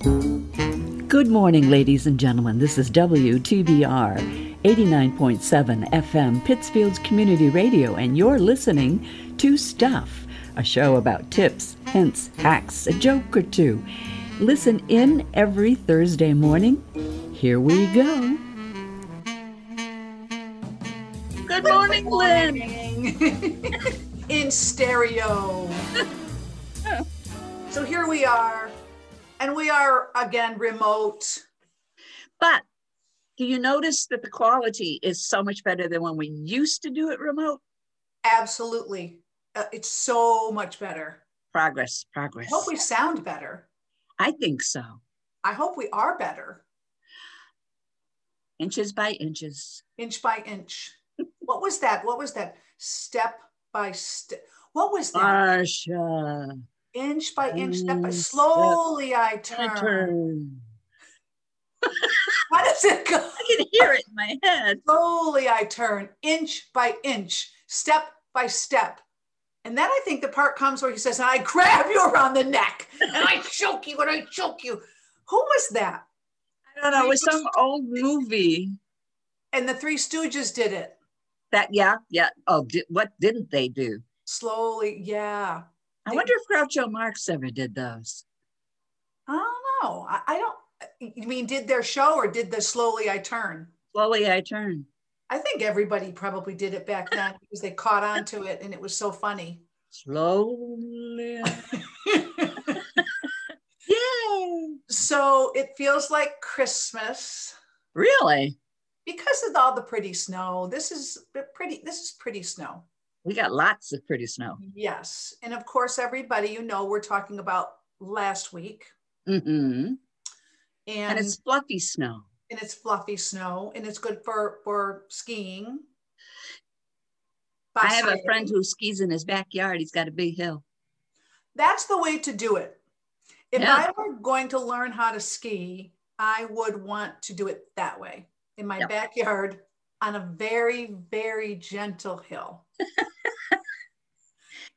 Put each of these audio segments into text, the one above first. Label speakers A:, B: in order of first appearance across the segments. A: Good morning, ladies and gentlemen. This is WTBR 89.7 FM, Pittsfield's Community Radio, and you're listening to Stuff, a show about tips, hints, hacks, a joke or two. Listen in every Thursday morning. Here we go.
B: Good morning, Lynn.
C: in stereo. so here we are, and we are again remote.
B: But do you notice that the quality is so much better than when we used to do it remote?
C: Absolutely, Uh, it's so much better.
B: Progress,
C: I
B: progress.
C: hope we sound better.
B: I think so.
C: I hope we are better,
B: Inches by inches.
C: inch by inch. What was that? What was that? Step by step. What was that?
B: Marsha,
C: inch by inch, step by.
B: mm, step
C: Slowly I
B: my
C: turn.
B: turn.
C: How does it go?
B: I can hear it in my head.
C: Slowly I turn, inch by inch, step by step. And then I think the part comes where he says, and I grab you around the neck and I choke you and I choke you. Who was that?
B: I don't know. It was some old movie
C: And the Three Stooges did it
B: that, yeah, yeah. Oh, di- what didn't they do?
C: slowly. Yeah.
B: I wonder if Groucho Marx ever did those.
C: I don't know. I, I don't, you mean did their show or did the slowly I turn?
B: Slowly I turn.
C: I think everybody probably did it back then because they caught on to it and it was so funny.
B: Slowly. I- Yay!
C: so it feels like Christmas.
B: Really?
C: because of all the pretty snow this is a pretty this is pretty snow
B: We got lots of pretty snow.
C: yes and of course everybody you know we're talking about last week
B: hmm
C: and,
B: And it's fluffy snow.
C: and it's fluffy snow and it's good for for skiing
B: I have a
C: Bicycling.
B: friend who skis in his backyard. He's got a big hill.
C: that's the way to do it if
B: Yeah.
C: i were going to learn how to ski i would want to do it that way in my
B: Yep.
C: backyard on a very very gentle hill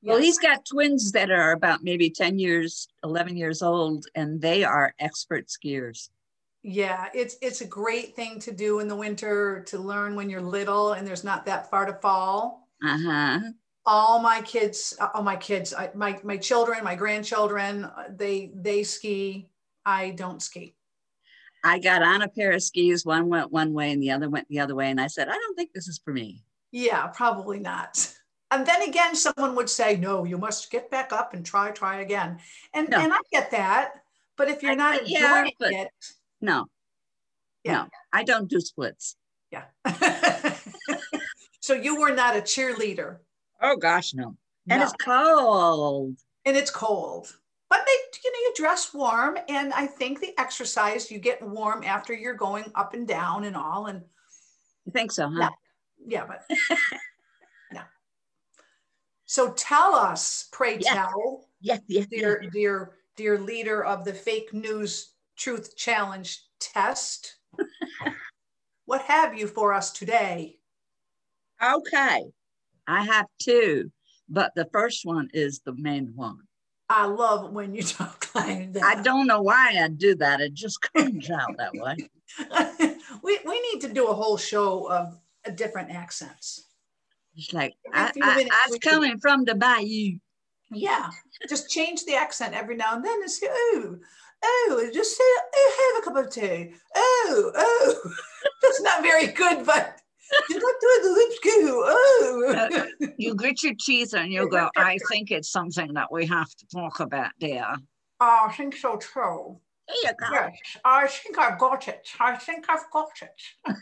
B: Well,
C: Yes.
B: he's got twins that are about maybe 10 years, 11 years old, and they are expert skiers.
C: Yeah, it's it's a great thing to do in the winter to learn when you're little and there's not that far to fall.
B: Uh huh.
C: All my kids, uh, all my kids, I, my my children, my grandchildren, uh, they they ski. I don't ski.
B: I got on a pair of skis. One went one way and the other went the other way. And I said, I don't think this is for me.
C: Yeah, probably not. And then again, someone would say, "No, you must get back up and try, try again." And
B: No.
C: and I get that, but if you're
B: I-
C: not
B: yeah,
C: enjoying
B: but-
C: it,
B: No.
C: Yeah.
B: No, I don't do splits.
C: yeah. so you were not a cheerleader.
B: Oh, gosh, no. And
C: No.
B: it's cold.
C: and it's cold. But they, you know, you dress warm, and I think the exercise you get warm after you're going up and down and all, and
B: You think so, huh?
C: No. yeah, but no. So tell us, pray
B: Yeah. Mm-hmm.
C: tell,
B: Yes, yes, yes.
C: dear, dear, dear leader of the fake news truth challenge test, what have you for us today?
B: Okay. I have two, but the first one is the main one.
C: I love when you talk like that.
B: I don't know why I do that. It just comes out that way.
C: we we need to do a whole show of uh, different accents.
B: It's like
C: Every
B: I,
C: few
B: I,
C: minutes
B: I was
C: we should-
B: coming from the bayou.
C: Yeah, just change the accent every now and then and say, oh, oh, and just say, oh, have a cup of tea. Oh, oh, that's not very good, but you're not doing the lips go. Oh,
B: You grit your teeth and you go, I think it's something that we have to talk about there.
C: Oh, I think so too.
B: There you go.
C: Yes, I think I've got it. I think I've got it.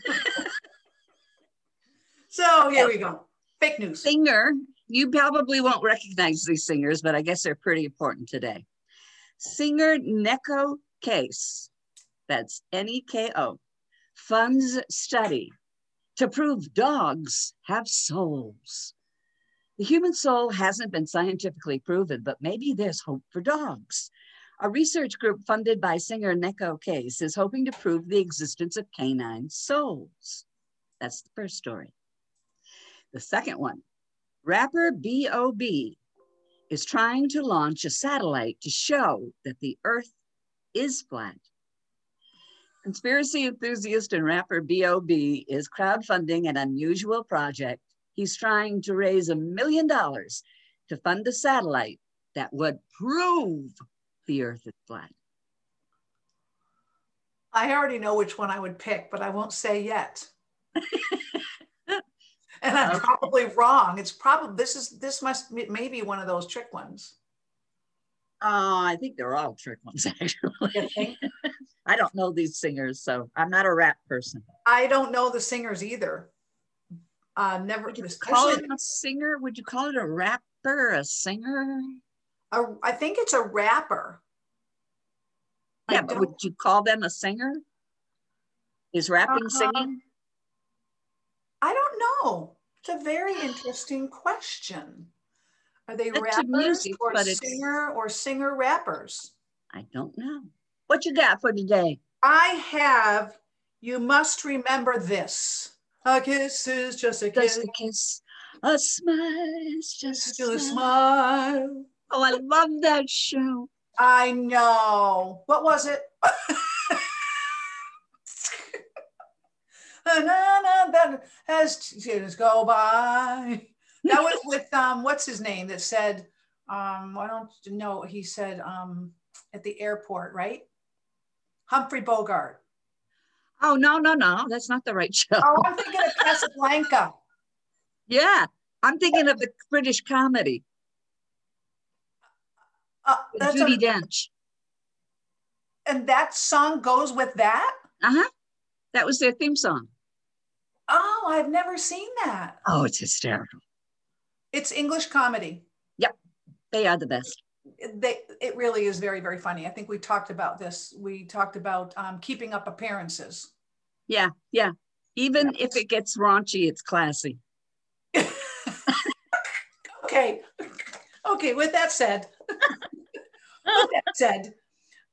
C: so here we go. Fake news.
B: Singer, you probably won't recognize these singers, but I guess they're pretty important today. Singer Neko Case, that's N E K O, funds study to prove dogs have souls. The human soul hasn't been scientifically proven, but maybe there's hope for dogs. A research group funded by singer Neko Case is hoping to prove the existence of canine souls. That's the first story. The second one rapper B.O.B. is trying to launch a satellite to show that the earth is flat. Conspiracy enthusiast and rapper B.O.B. is crowdfunding an unusual project. He's trying to raise a million dollars to fund a satellite that would prove the earth is flat.
C: I already know which one I would pick, but I won't say yet. and I'm probably wrong. It's probably this is this must maybe one of those trick ones.
B: Uh, I think they're all trick ones,
C: You
B: actually.
C: think?
B: I don't know these singers, so I'm not a rap person.
C: I don't know the singers either. Uh, never.
B: Would you call
C: especially-
B: it a singer? Would you call it a rapper, a singer?
C: a- I think it's a rapper. I
B: Yeah, but
C: don't-
B: would you call them a singer? Is rapping singing?
C: Um, I don't know. It's a very interesting question. Are they
B: It's a
C: rappers
B: music,
C: or
B: but it's-
C: singer or singer rappers?
B: I don't know. What you got for today?
C: I have. You must remember this. A kiss is just a kiss.
B: Just a kiss, a smile, is just
C: Still
B: a
C: a
B: smile.
C: smile.
B: Oh, I love that show.
C: I know. What was it? Na, na, that has years go by. That was with um, what's his name that said, um, I don't know. He said um, at the airport, right? Humphrey Bogart.
B: Oh no, no, no, that's not the right show.
C: Oh, I'm thinking of Casablanca.
B: Yeah, I'm thinking of the British comedy,
C: Uh,
B: with
C: that's a-
B: Judy Dench.
C: and that song goes with that.
B: Uh huh. That was their theme song.
C: Oh, I've never seen that.
B: Oh, it's hysterical.
C: It's English comedy.
B: They are the best.
C: they, it really is very, very funny. I think we talked about this. We talked about um, keeping up appearances.
B: Yeah, yeah. Even if it gets raunchy, it's classy.
C: Okay. Okay. With that said, with that said,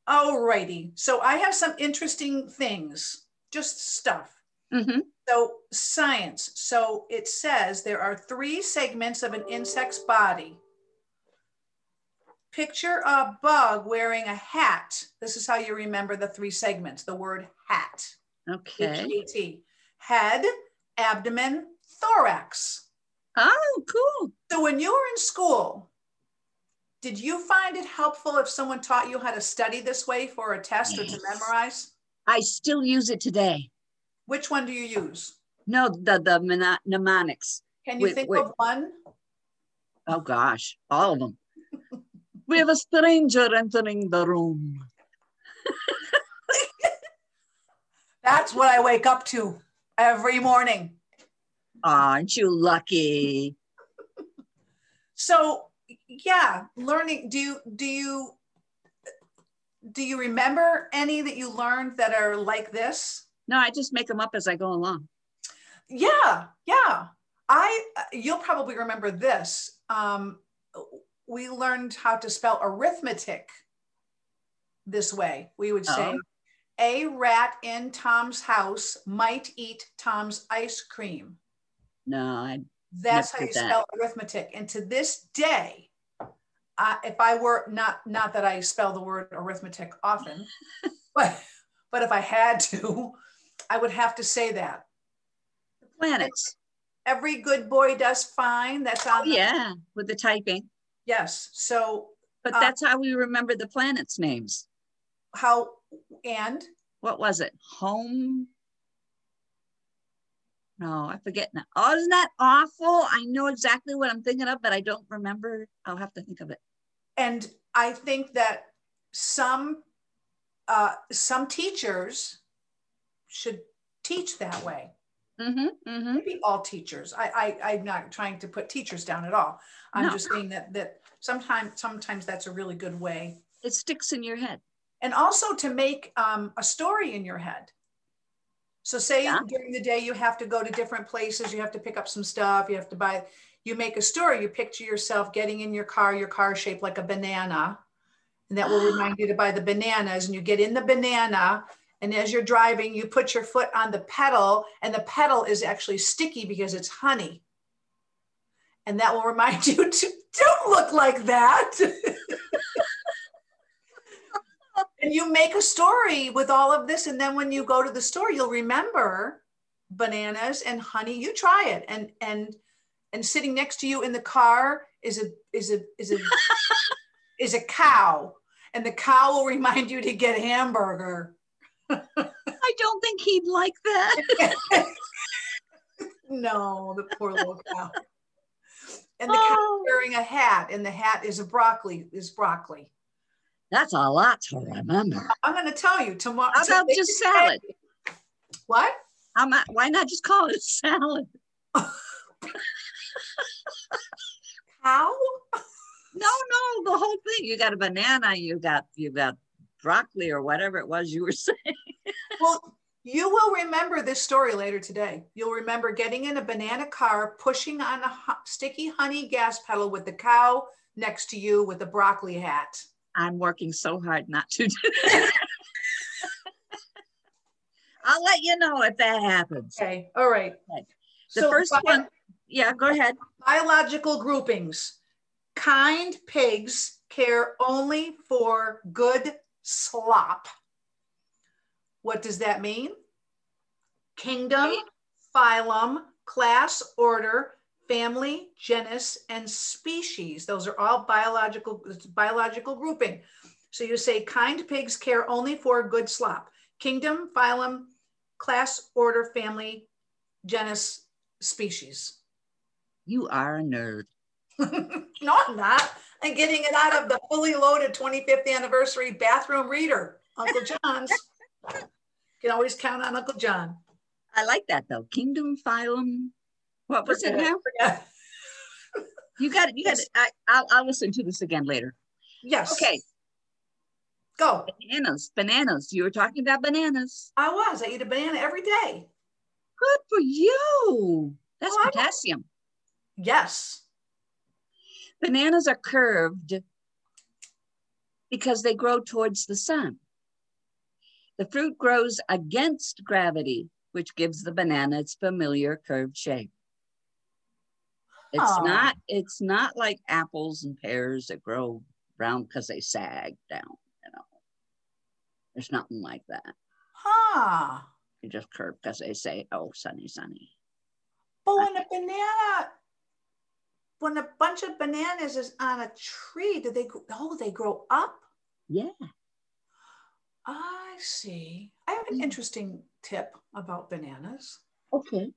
C: all righty. So I have some interesting things, just stuff.
B: Mm-hmm.
C: So science. So it says there are three segments of an insect's body. Picture a bug wearing a hat. This is how you remember the three segments, the word hat.
B: Okay.
C: H-A-T. Head, abdomen, thorax.
B: Oh, cool.
C: So when you were in school, did you find it helpful if someone taught you how to study this way for a test or to
B: Yes.
C: memorize?
B: I still use it today.
C: Which one do you use?
B: No, the the mno- mnemonics.
C: Can you
B: Wait,
C: think
B: wait.
C: of one?
B: Oh gosh, all of them. we have a stranger entering the room.
C: That's what I wake up to every morning.
B: Aren't you lucky?
C: So yeah, learning. Do you do you do you remember any that you learned that are like this?
B: No, I just make them up as I go along.
C: Yeah, yeah. I uh, you'll probably remember this. Um, we learned how to spell arithmetic this way. We would say
B: Oh.
C: a rat in Tom's house might eat Tom's ice cream.
B: No, I,
C: That's how
B: Never
C: you
B: did that.
C: spell arithmetic. And to this day, uh, if I were not not that I spell the word arithmetic often, but but if I had to, I would have to say that.
B: the planets.
C: Every good boy does fine. That's on
B: Oh,
C: the-
B: yeah, with the typing.
C: Yes. So
B: But
C: Uh,
B: that's how we remember the planets' names.
C: how and
B: What was it? Home? No, I forget now. Oh, isn't that awful? I know exactly what I'm thinking of, but I don't remember. I'll have to think of it.
C: and I think that some uh, some teachers should teach that way.
B: Mm-hmm. Mm-hmm.
C: Maybe all teachers. I, I I'm not trying to put teachers down at all. I'm
B: No.
C: just saying that that sometimes sometimes that's a really good way.
B: It sticks in your head.
C: And also to make um, a story in your head. So say
B: Yeah.
C: during the day you have to go to different places, you have to pick up some stuff, you have to buy, you make a story, you picture yourself getting in your car, your car shaped like a banana. And that will remind you to buy the bananas. And you get in the banana. And as you're driving, you put your foot on the pedal. And the pedal is actually sticky because it's honey. And that will remind you to don't look like that. and you make a story with all of this. And then when you go to the store, you'll remember bananas and honey. You try it. And, and, and sitting next to you in the car is a is a is a is a cow and the cow will remind you to get a hamburger
B: I don't think he'd like that.
C: no the poor little cow and the cow's
B: Oh.
C: wearing a hat and the hat is a broccoli is broccoli
B: That's a lot to remember.
C: i'm going to tell you tomorrow
B: How about just salad?
C: what
B: How not, why not just call it salad?
C: cow
B: No, no, the whole thing. You got a banana. You got you got broccoli or whatever it was you were saying.
C: well you will remember this story later today you'll remember getting in a banana car pushing on a ho- sticky honey gas pedal with the cow next to you with a broccoli hat
B: I'm working so hard not to do that. I'll let you know if that happens.
C: Okay, all right.
B: Okay. The
C: So
B: first
C: bi-
B: one- Yeah, go ahead.
C: biological groupings. Kind pigs care only for good slop. What does that mean? Kingdom, phylum, class, order, family, genus, and species. Those are all biological it's biological grouping. So you say kind pigs care only for good slop. Kingdom, phylum, class, order, family, genus, species.
B: You are a nerd.
C: no, I'm not. I'm getting it out of the fully loaded 25th anniversary bathroom reader, Uncle John's. Can always count on Uncle John.
B: I like that though. Kingdom phylum. What was it
C: Forget
B: now?
C: Yeah.
B: You got it. You got it. I, I'll, I'll listen to this again later.
C: Yes.
B: Okay,
C: Go.
B: bananas, bananas. You were talking about bananas.
C: I was. I eat a banana every day.
B: Good for you. That's
C: Oh, I don't-
B: potassium.
C: Yes.
B: Bananas are curved because they grow towards the sun. The fruit grows against gravity, which gives the banana its familiar curved shape. It's
C: Aw.
B: not it's not like apples and pears that grow round because they sag down, you know. There's nothing like that.
C: Huh.
B: They just curve because they say, oh, sunny, sunny.
C: But when a banana, when a bunch of bananas is on a tree, do they, gr- oh, they grow up?
B: Yeah.
C: I see. I have an
B: Mm.
C: interesting tip about bananas.
B: Okay.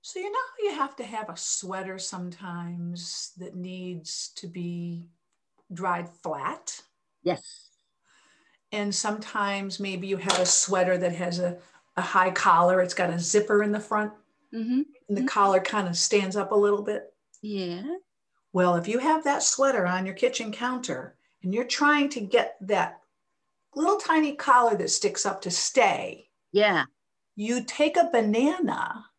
C: So you know how you have to have a sweater sometimes that needs to be dried flat?
B: Yes.
C: And sometimes maybe you have a sweater that has a, a high collar, it's got a zipper in the front,
B: Mm-hmm.
C: and the
B: Mhm.
C: collar kind of stands up a little bit.
B: Yeah.
C: Well, if you have that sweater on your kitchen counter and you're trying to get that little tiny collar that sticks up to stay,
B: Yeah.
C: you take a banana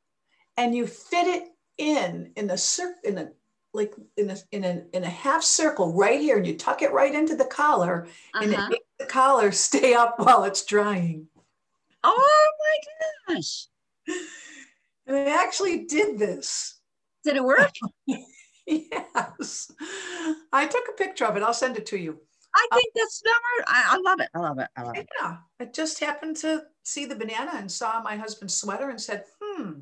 C: and you fit it in in a cir- in a like in a, in a in a half circle right here and you tuck it right into the collar and it
B: Uh-huh.
C: makes the collar stay up while it's drying
B: Oh my gosh.
C: and i actually did this
B: Did it work?
C: yes i took a picture of it i'll send it to you
B: I think that's number. I, I love it. I love it. I love it.
C: yeah i just happened to see the banana and saw my husband's sweater and said hmm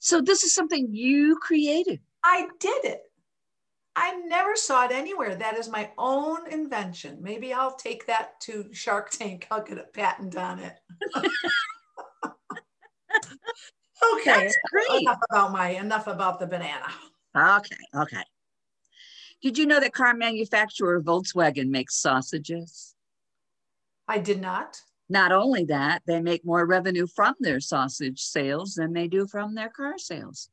B: So this is something you created.
C: I did it. I never saw it anywhere. That is my own invention. Maybe I'll take that to Shark Tank. I'll get a patent on it. okay.
B: That's great.
C: Enough about my enough about the banana.
B: Okay. Okay. Did you know that car manufacturer Volkswagen makes sausages?
C: I did not.
B: Not only that, they make more revenue from their sausage sales than they do from their car sales.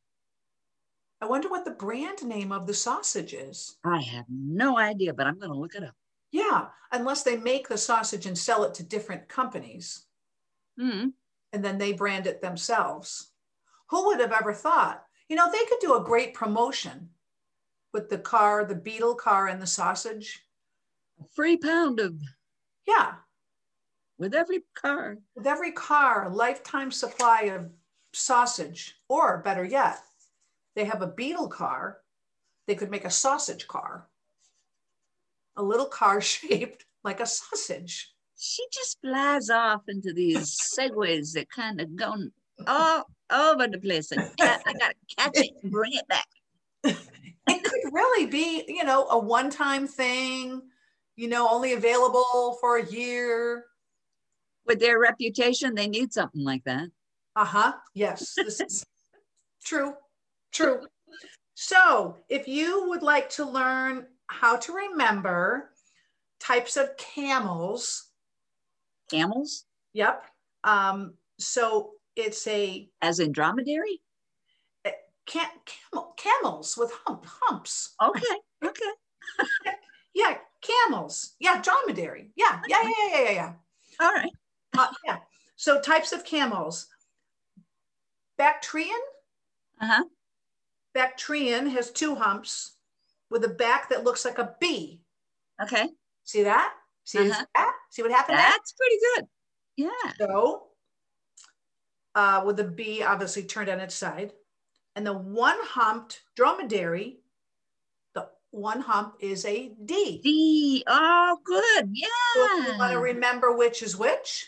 C: I wonder what the brand name of the sausage is.
B: I have no idea, but I'm going to look it up.
C: Yeah, unless they make the sausage and sell it to different companies
B: Hmm.
C: and then they brand it themselves. Who would have ever thought? You know, they could do a great promotion with the car, the beetle car, and the sausage.
B: a free pound of
C: Yeah.
B: with every car.
C: With every car, a lifetime supply of sausage, or better yet, they have a beetle car. They could make a sausage car, a little car shaped like a sausage.
B: She just flies off into these segues that kind of go all over the place. And ca- I got to catch it and bring it back.
C: It could really be, you know, a one time thing, you know, only available for a year.
B: With their reputation, they need something like that.
C: Uh huh. Yes, this is true. True. So, if you would like to learn how to remember types of camels,
B: Camels,
C: yep. Um, so it's a
B: as in dromedary.
C: can, camel, camels with hump humps.
B: Okay, okay.
C: Yeah, camels. Yeah, dromedary. Yeah, yeah, yeah, yeah, yeah, yeah.
B: All right.
C: Uh, yeah. So types of camels. Bactrian.
B: Uh-huh.
C: Bactrian has two humps with a back that looks like a B.
B: Okay.
C: See that? See
B: Uh-huh.
C: that? See what happened? there?
B: That's pretty good. Yeah.
C: So, uh, with the B obviously turned on its side, and the one-humped dromedary, the one hump is a D.
B: D. Oh, good.
C: So if you want to
B: Yeah.
C: remember which is which.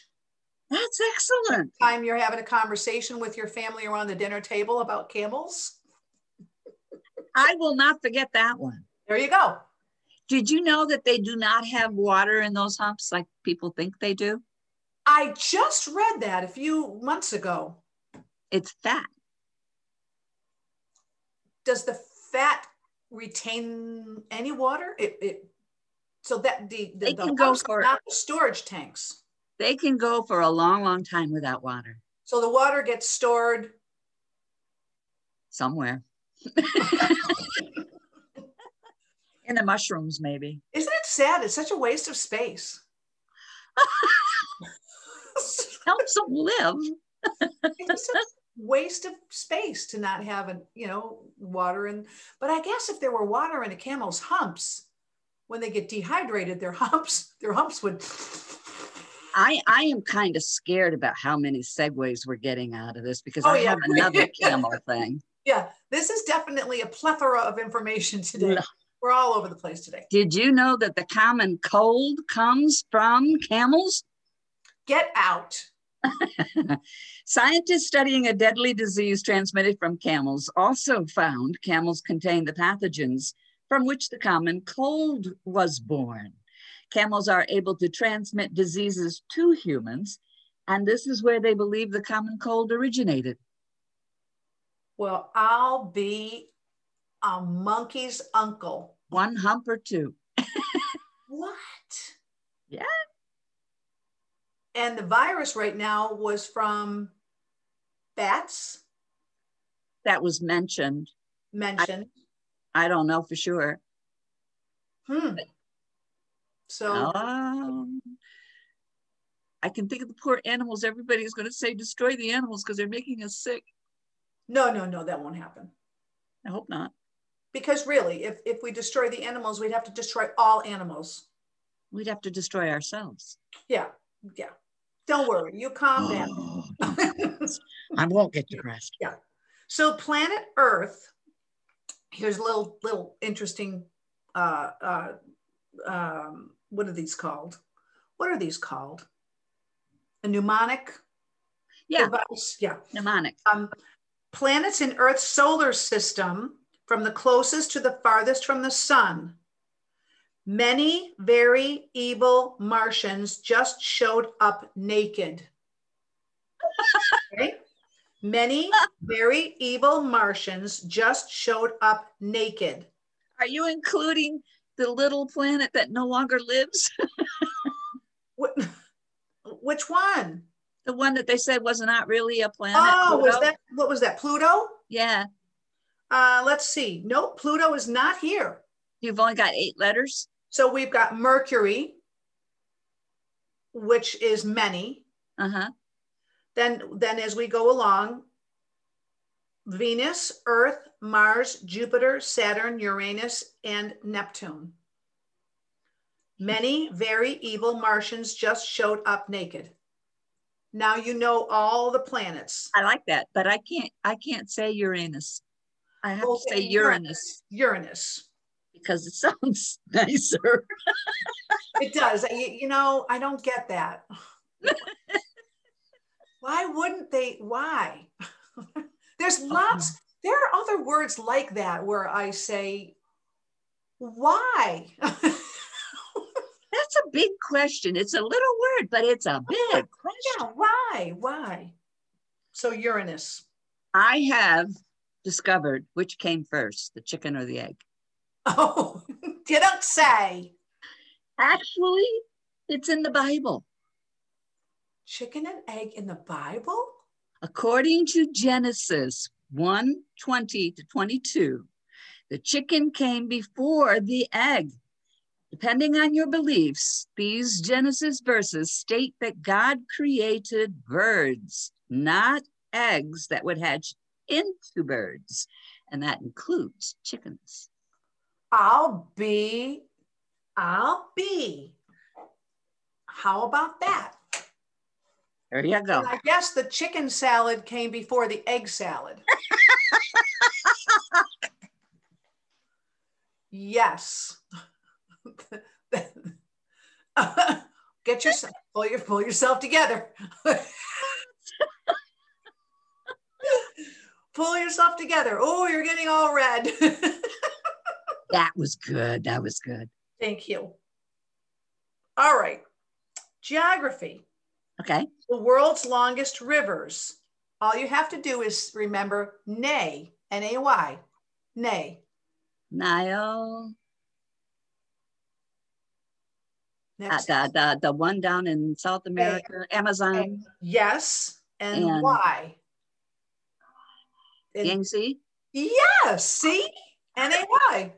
B: That's excellent.
C: Time you're having a conversation with your family around the dinner table about camels.
B: I will not forget that one.
C: There you go.
B: Did you know that they do not have water in those humps like people think they do?
C: I just read that a few months ago.
B: It's fat.
C: Does the fat retain any water? It, it so that the the,
B: It
C: the
B: can go
C: humps are
B: for-
C: not the storage tanks.
B: They can go for a long, long time without water
C: So the water gets stored.
B: somewhere. in the mushrooms, maybe.
C: Isn't it sad? It's such a waste of space.
B: Helps them live.
C: it's a waste of space to not have an you know water and but i guess if there were water in a camel's humps when they get dehydrated their humps their humps would
B: I, I am kind of scared about how many segues we're getting out of this because
C: Oh,
B: I
C: yeah.
B: have another camel thing.
C: yeah this is definitely a plethora of information today
B: No.
C: we're all over the place today
B: Did you know that the common cold comes from camels?
C: get out
B: Scientists studying a deadly disease transmitted from camels also found camels contain the pathogens from which the common cold was born. Camels are able to transmit diseases to humans, and this is where they believe the common cold originated.
C: well i'll be a monkey's uncle
B: One hump or two.
C: What?
B: Yeah.
C: And the virus right now was from bats
B: That was mentioned.
C: mentioned.
B: I don't know for sure.
C: hmm. So
B: Um, I can think of the poor animals. Everybody's going to say destroy the animals because they're making us sick.
C: no, no, no, that won't happen.
B: I hope not.
C: Because really, if, if we destroy the animals, we'd have to destroy all animals.
B: We'd have to destroy ourselves.
C: Yeah, yeah. Don't worry, you calm
B: Oh,
C: down.
B: I won't get depressed.
C: So planet Earth, here's a little little interesting. Uh, uh, um, what are these called? What are these called? A mnemonic.
B: Yeah.
C: Device? Yeah.
B: Mnemonic.
C: Um, planets in Earth's solar system, from the closest to the farthest from the sun. Many very evil Martians just showed up naked. Okay? Many very evil Martians just showed up naked.
B: Are you including the little planet that no longer lives?
C: Wh- Which one?
B: The one that they said was not really a planet?
C: Oh, was
B: Pluto?
C: that what was that? Pluto?
B: Yeah.
C: Uh, let's see. Nope, Pluto is not here.
B: You've only got eight letters.
C: So we've got Mercury, which is many.
B: Uh huh.
C: Then, then as we go along, Venus, Earth, Mars, Jupiter, Saturn, Uranus, and Neptune. Many very evil Martians just showed up naked. Now you know all the planets.
B: I like that, but I can't. I can't say Uranus. I have to say
C: Okay,
B: Uranus
C: Uranus.
B: because it sounds nicer.
C: It does. I- You know, I don't get that. why wouldn't they? Why? There's lots, there are other words like that where I say, why?
B: That's a big question. It's a little word, but it's a big question.
C: yeah, why? Why? So Uranus.
B: I have discovered which came first, the chicken or the egg.
C: Oh, you don't say.
B: Actually, it's in the Bible.
C: Chicken and egg in the Bible?
B: According to Genesis 1 20 to 22, the chicken came before the egg. Depending on your beliefs, these Genesis verses state that God created birds, not eggs that would hatch into birds, and that includes chickens.
C: I'll be, I'll be. How about that?
B: There you go.
C: And I guess the chicken salad came before the egg salad. yes. Get yourself pull, your, pull yourself together. pull yourself together. Oh, you're getting all red.
B: That was good. That was good.
C: Thank you. All right. Geography.
B: Okay.
C: the world's longest rivers. All you have to do is remember nay, N A Y, nay,
B: Nile, uh,
C: next,
B: the, the, the one down in South America, Amazon,
C: yes, and,
B: and-
C: Y. And
B: Yangtze.
C: yes, see, N A Y.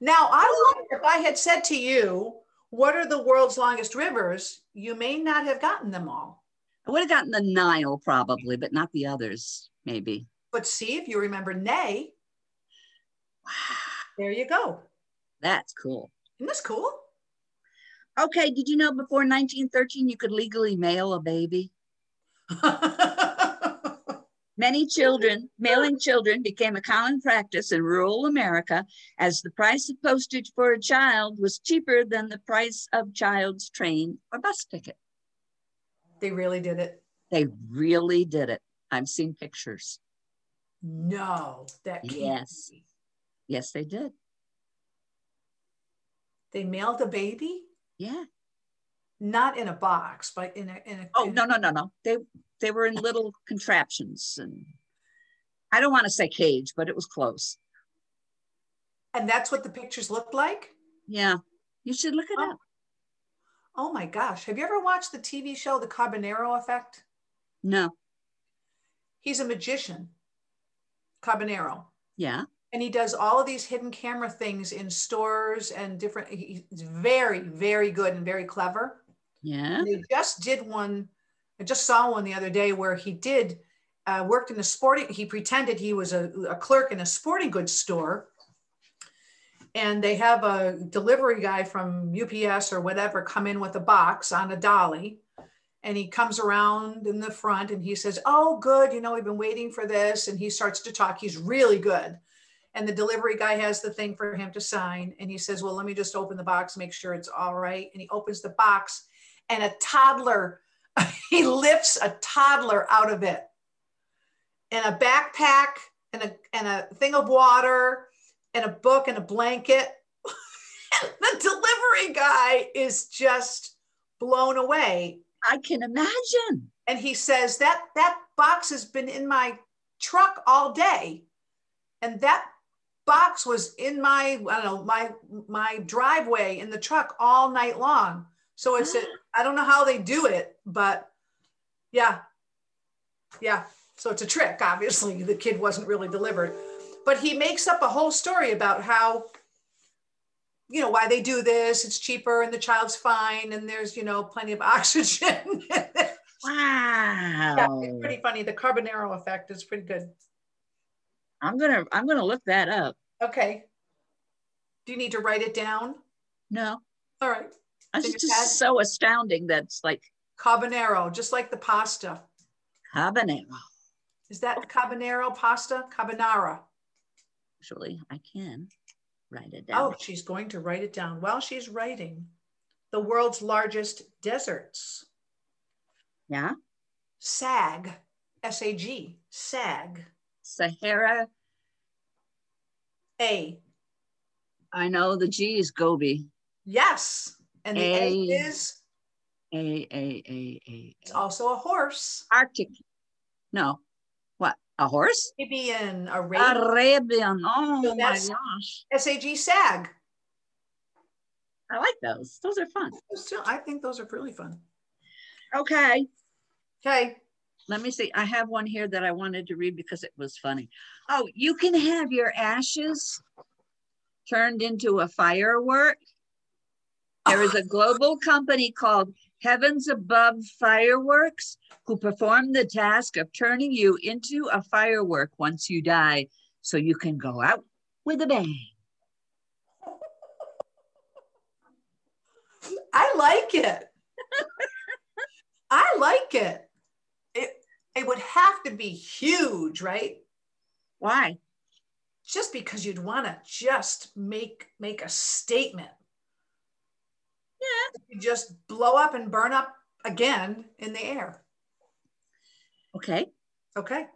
C: now, I wonder if I had said to you, what are the world's longest rivers? You may not have gotten them all,
B: I would have gotten the Nile probably, but not the others, maybe.
C: but see if you remember nay, there you go.
B: That's cool.
C: Isn't this cool?
B: Okay, did you know before 1913 you could legally mail a baby? Many children, mailing children became a common practice in rural America as the price of postage for a child was cheaper than the price of child's train or bus ticket.
C: they really did it.
B: They really did it. I've seen pictures.
C: No, that can't
B: Yes.
C: be.
B: Yes, they did.
C: They mailed a baby,
B: Yeah.
C: not in a box, but in a in a.
B: Oh
C: in-
B: no no no no. They they were in little contraptions and I don't want to say cage, but it was close.
C: And that's what the pictures looked like.
B: Yeah, you should look it
C: Oh.
B: up.
C: Oh my gosh! Have you ever watched the TV show The Carbonaro Effect?
B: No,
C: He's a magician, Carbonaro,
B: yeah,
C: and he does all of these hidden camera things in stores and different. he- He's very very good and very clever.
B: yeah.
C: They just did one. I just saw one the other day where he did uh, worked in a sporting. He pretended he was a, a clerk in a sporting goods store, and they have a delivery guy from UPS or whatever come in with a box on a dolly, and he comes around in the front and he says, "Oh, good, you know, we've been waiting for this," and he starts to talk. He's really good. And the delivery guy has the thing for him to sign. And he says, Well, let me just open the box, make sure it's all right. And he opens the box and a toddler. he lifts a toddler out of it and a backpack and a, and a thing of water and a book and a blanket. the delivery guy is just blown away.
B: I can imagine.
C: And he says, that, that box has been in my truck all day. And that box was in my, I don't know, my, my driveway in the truck all night long. So it's a, I don't know how they do it, but yeah. Yeah. So it's a trick, obviously. The kid wasn't really delivered. But he makes up a whole story about how, you know, why they do this. It's cheaper and the child's fine and there's, you know, plenty of oxygen. Yeah,
B: Wow.
C: it's pretty funny. The Carbonaro effect is pretty good.
B: I'm gonna I'm gonna look that up.
C: Okay. Do you need to write it down?
B: No,
C: All right.
B: it's
C: Think it's
B: just
C: bad?
B: so astounding that's like
C: Carbonaro, just like the pasta.
B: habanero.
C: Is that carbonaro pasta? Carbonara.
B: Actually, I can write it down.
C: Oh, she's going to write it down while she's writing. The world's largest deserts.
B: Yeah.
C: SAG, S A G, SAG,
B: Sahara.
C: A.
B: I know the G is Gobi.
C: Yes. And the A
B: A.
C: is
B: A A A A.
C: it's also a horse.
B: Arctic. No. What? A horse?
C: Arabian, Arabian,
B: Arabian. Oh
C: So
B: my
C: that's-
B: gosh.
C: S A G, SAG.
B: I like those. Those are fun.
C: Still, I think those are really fun.
B: Okay.
C: Okay.
B: Let me see. I have one here that I wanted to read because it was funny. Oh, you can have your ashes turned into a firework. There is a global company called Heavens Above Fireworks who perform the task of turning you into a firework once you die so you can go out with a bang.
C: I like it. I like it. It it would have to be huge, right?
B: Why?
C: Just because you'd want to just make make a statement.
B: Yeah.
C: You just blow up and burn up again in the air.
B: Okay.
C: Okay.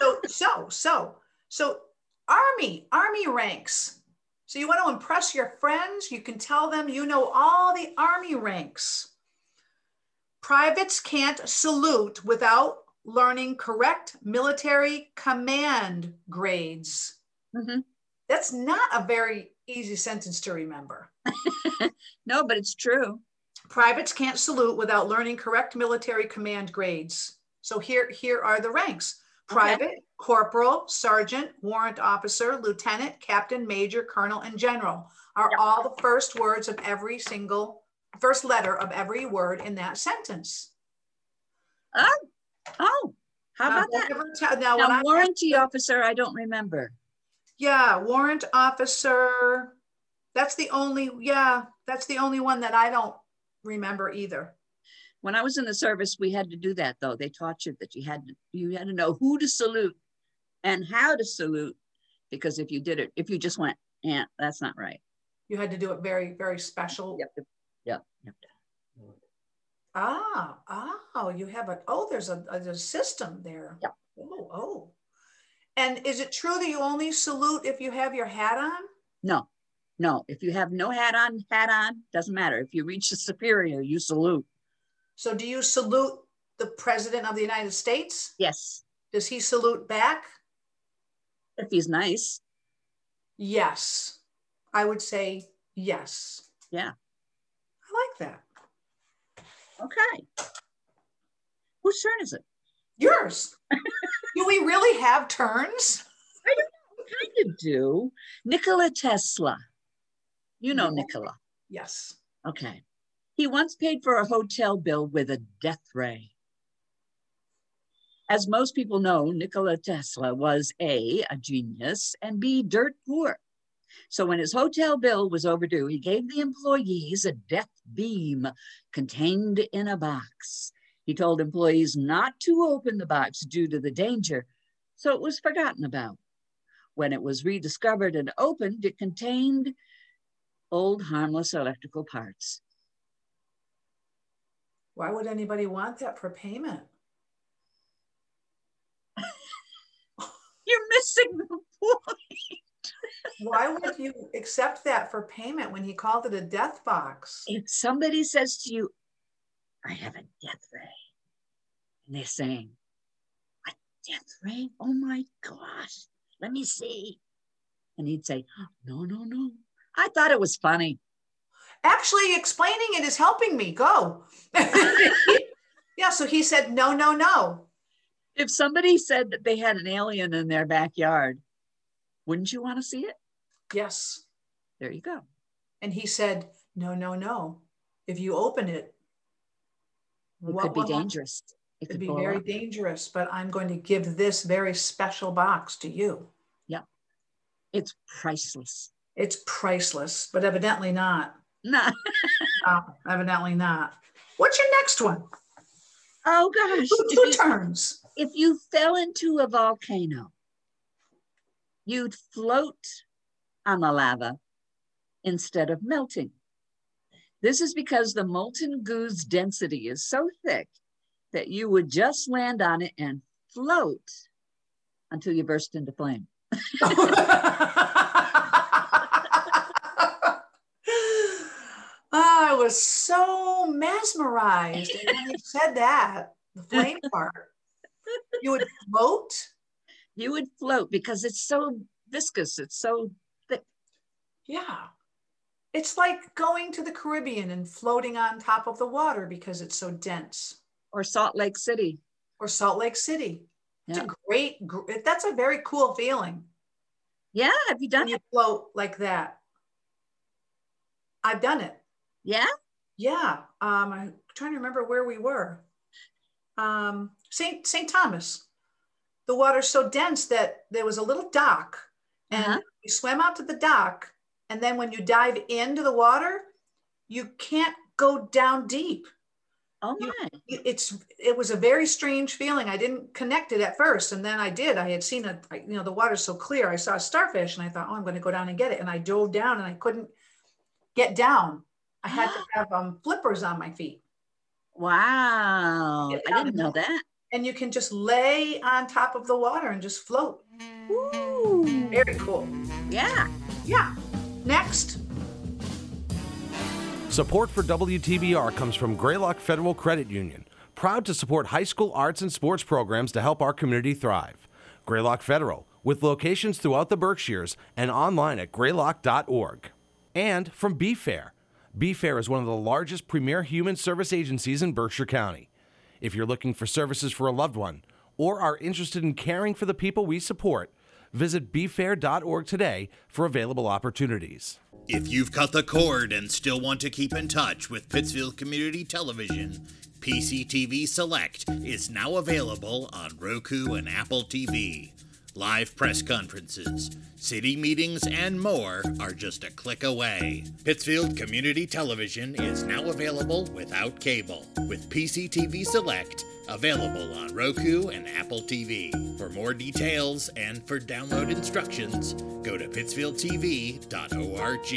C: so so so so army army ranks. So you want to impress your friends, you can tell them you know all the army ranks. Privates can't salute without learning correct military command grades.
B: Mhm.
C: That's not a very easy sentence to remember.
B: No, but it's true.
C: Privates can't salute without learning correct military command grades. So here, here are the ranks.
B: Okay.
C: Private, corporal, sergeant, warrant officer, lieutenant, captain, major, colonel, and general are
B: Yep.
C: all the first words of every single, first letter of every word in that sentence.
B: Oh, how
C: Now,
B: about that?
C: whatever ta- Now, when
B: Now,
C: I,
B: warranty officer, I don't remember.
C: yeah, warrant officer, that's the only, yeah, that's the only one that I don't remember either.
B: When I was in the service, we had to do that though. They taught you that you had to, you had to know who to salute and how to salute because if you did it, if you just went, eh, that's not right.
C: You had to do it very, very special
B: Yep. Yep. yep.
C: Ah, oh, you have a, oh, there's a, a- there's a system there.
B: Yep.
C: Oh, oh. And is it true that you only salute if you have your hat on?
B: No, no. If you have no hat on, hat on, doesn't matter. If you reach the superior, you salute.
C: So do you salute the president of the United States?
B: Yes.
C: Does he salute back?
B: If he's nice.
C: Yes. I would say yes.
B: Yeah.
C: I like that.
B: Okay. Whose turn is it?
C: Yours. Do we really have turns?
B: Kind of do. Nikola Tesla. You know
C: No.
B: Nikola.
C: Yes.
B: Okay. He once paid for a hotel bill with a death ray. As most people know, Nikola Tesla was A, a genius, and B, dirt poor. So when his hotel bill was overdue, he gave the employees a death beam contained in a box. He told employees not to open the box due to the danger, so it was forgotten about. When it was rediscovered and opened, it contained old harmless electrical parts.
C: Why would anybody want that for payment?
B: You're missing the point.
C: Why would you accept that for payment when he called it a death box?
B: If somebody says to you, I have a death ray, and they're saying, A death ray? Oh my gosh, let me see. And he'd say, No, no, no. I thought it was funny.
C: Actually, explaining it is helping me. Go. yeah. So he said, no, no, no.
B: If somebody said that they had an alien in their backyard, wouldn't you want to see it?
C: Yes.
B: There you go.
C: And he said, no, no, no. If you open
B: It
C: it, what
B: could be
C: will happen?
B: dangerous. It
C: It'd
B: could
C: be
B: blow
C: very
B: up.
C: dangerous, but I'm going to give this very special box to you.
B: It's priceless.
C: It's priceless, but evidently not.
B: No.
C: No, evidently not. What's your next one?
B: Oh gosh.
C: Who,
B: If
C: who
B: you,
C: turns?
B: if you fell into a volcano, you'd float on the lava instead of melting. This is because the molten goo's density is so thick that you would just land on it and float until you burst into flame.
C: Oh, I was so mesmerized when you said that, the flame part. You would float.
B: You would float because it's so viscous, it's so
C: Yeah. It's like going to the Caribbean and floating on top of the water because it's so dense.
B: or Salt Lake City.
C: Or Salt Lake City. It's a
B: Yeah.
C: great, gr- that's a very cool feeling.
B: Yeah, have you done
C: when
B: it?
C: you float like that. I've done it.
B: Yeah.
C: Yeah. Um, I'm trying to remember where we were. Um, St. St. Thomas. The water's so dense that there was a little dock, and
B: Uh-huh.
C: you swam out to the dock, and then when you dive into the water, you can't go down deep.
B: Oh
C: You-
B: my.
C: It's it was a very strange feeling. I didn't connect it at first, and then I did. I had seen a I- you know the water's so clear. I saw a starfish, and I thought, oh, I'm going to go down and get it. And I dove down, and I couldn't get down. I had to have um, flippers on my feet.
B: Wow.
C: Yeah,
B: I didn't know that.
C: and you can just lay on top of the water and just float.
B: Ooh.
C: Very cool.
B: Mm. Yeah.
C: Yeah. Next.
D: Support for WTBR comes from Greylock Federal Credit Union, proud to support high school arts and sports programs to help our community thrive. Greylock Federal, with locations throughout the Berkshires and online at greylock.org. And from BeFair. BeFair is one of the largest premier human service agencies in Berkshire County. If you're looking for services for a loved one or are interested in caring for the people we support, visit befair.org today for available opportunities.
E: If you've cut the cord and still want to keep in touch with Pittsfield Community Television, PCTV Select is now available on Roku and Apple TV. Live press conferences, city meetings, and more are just a click away. Pittsfield Community Television is now available without cable, with PCTV Select available on Roku and Apple TV. For more details and for download instructions, go to pittsfieldtv.org.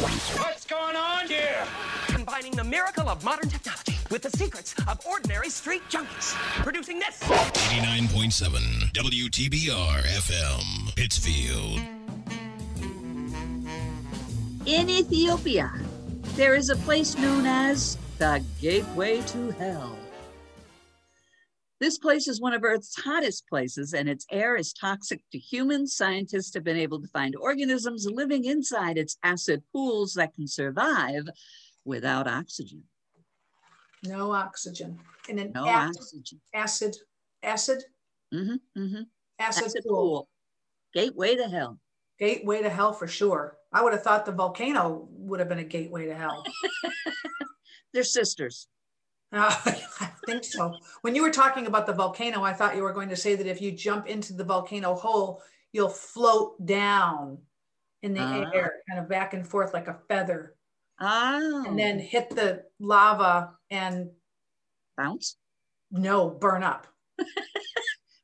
F: What's going on here?
G: combining the miracle of modern technology with the secrets of ordinary street junkies, producing this.
H: 89.7 WTBR FM, Pittsfield.
B: In Ethiopia, there is a place known as the Gateway to Hell. This place is one of Earth's hottest places, and its air is toxic to humans. Scientists have been able to find organisms living inside its acid pools that can survive without oxygen.
C: No oxygen. In an
B: No
C: acid,
B: oxygen.
C: acid, acid,
B: hmm hmm
C: acid,
B: Acid
C: pool.
B: pool. Gateway to hell.
C: Gateway to hell for sure. I would have thought the volcano would have been a gateway to hell.
B: They're sisters.
C: Uh, I think so. When you were talking about the volcano, I thought you were going to say that if you jump into the volcano hole, you'll float down in the
B: Ah.
C: air, kind of back and forth like a feather,
B: Oh,
C: and then hit the lava and
B: bounce.
C: no, burn up.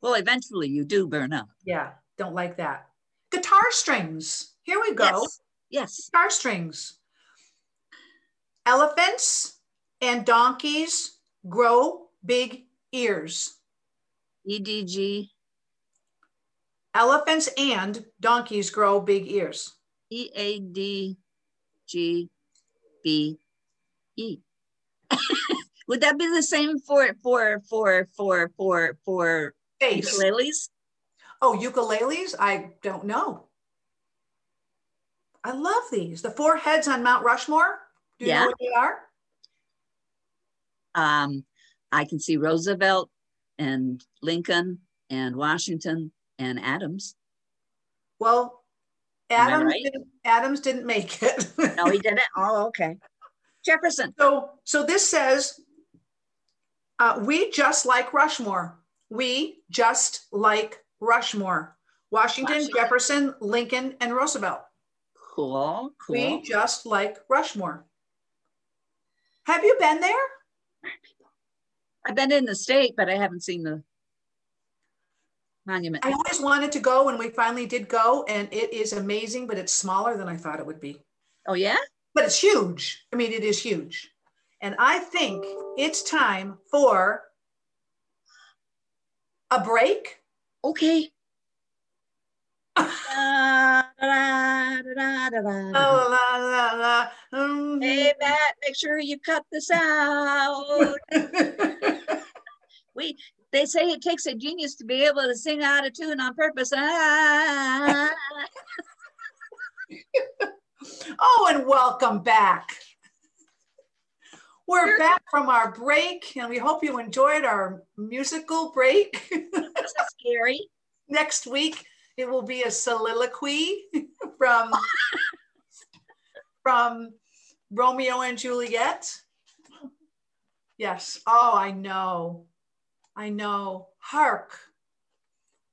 B: Well, eventually you do burn up.
C: Yeah, don't like that. Guitar strings. Here we go.
B: Yes. Yes.
C: Guitar strings. Elephants and donkeys grow big ears.
B: E EDG,
C: Elephants and donkeys grow big ears.
B: E A D G B E. Would that be the same for for for for for for
C: Face.
B: lilies?
C: Oh, ukuleles? I don't know. I love these. The four heads on Mount Rushmore. Do you
B: Yeah.
C: know what they are?
B: Um, I can see Roosevelt and Lincoln and Washington and Adams.
C: Well,
B: Am I
C: Adams,
B: right?
C: didn't, Adams didn't make it.
B: No, he didn't. Oh, okay. Jefferson.
C: So, so this says, uh, we just like Rushmore. We just like Rushmore. Washington,
B: Washington.
C: Jefferson, Lincoln, and Roosevelt.
B: Cool, cool.
C: We just like Rushmore. Have you been there?
B: I've been in the state, but I haven't seen the monument.
C: I always wanted to go and we finally did go and it is amazing, but it's smaller than I thought it would be.
B: Oh, yeah?
C: But it's huge. I mean, it is huge. And I think it's time for a break.
B: Okay. Da, da, da, da, da, da, da.
C: La, la, la, la.
B: Mm-hmm.
C: Mm.
B: Oh, Hey, Matt, make sure you cut this out. we they say it takes a genius to be able to sing out of tune on purpose. Ah.
C: Oh, and welcome back. We're back from our break, and we hope you enjoyed our musical break.
B: this is scary.
C: Next week, it will be a soliloquy from, from Romeo and Juliet. Yes. Oh, I know. I know. Hark.